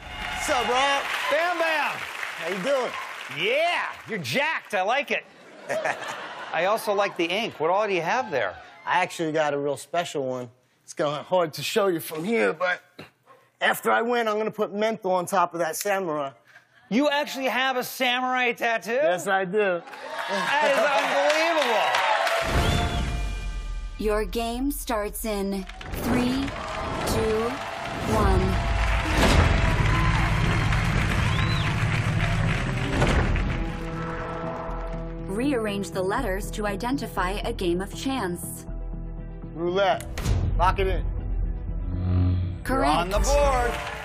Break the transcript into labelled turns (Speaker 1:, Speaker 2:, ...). Speaker 1: What's up, bro?
Speaker 2: Bam Bam!
Speaker 1: How you doing?
Speaker 2: Yeah, you're jacked. I like it. I also like the ink. What all do you have there?
Speaker 1: I actually got a real special one. It's gonna be hard to show you from here, but after I win, I'm gonna put menthol on top of that samurai.
Speaker 2: You actually have a samurai tattoo?
Speaker 1: Yes, I do.
Speaker 2: That
Speaker 3: Your game starts in three, two, one. Rearrange the letters to identify a game of chance.
Speaker 1: Roulette. Lock it in.
Speaker 3: Correct.
Speaker 2: is unbelievable. On the board.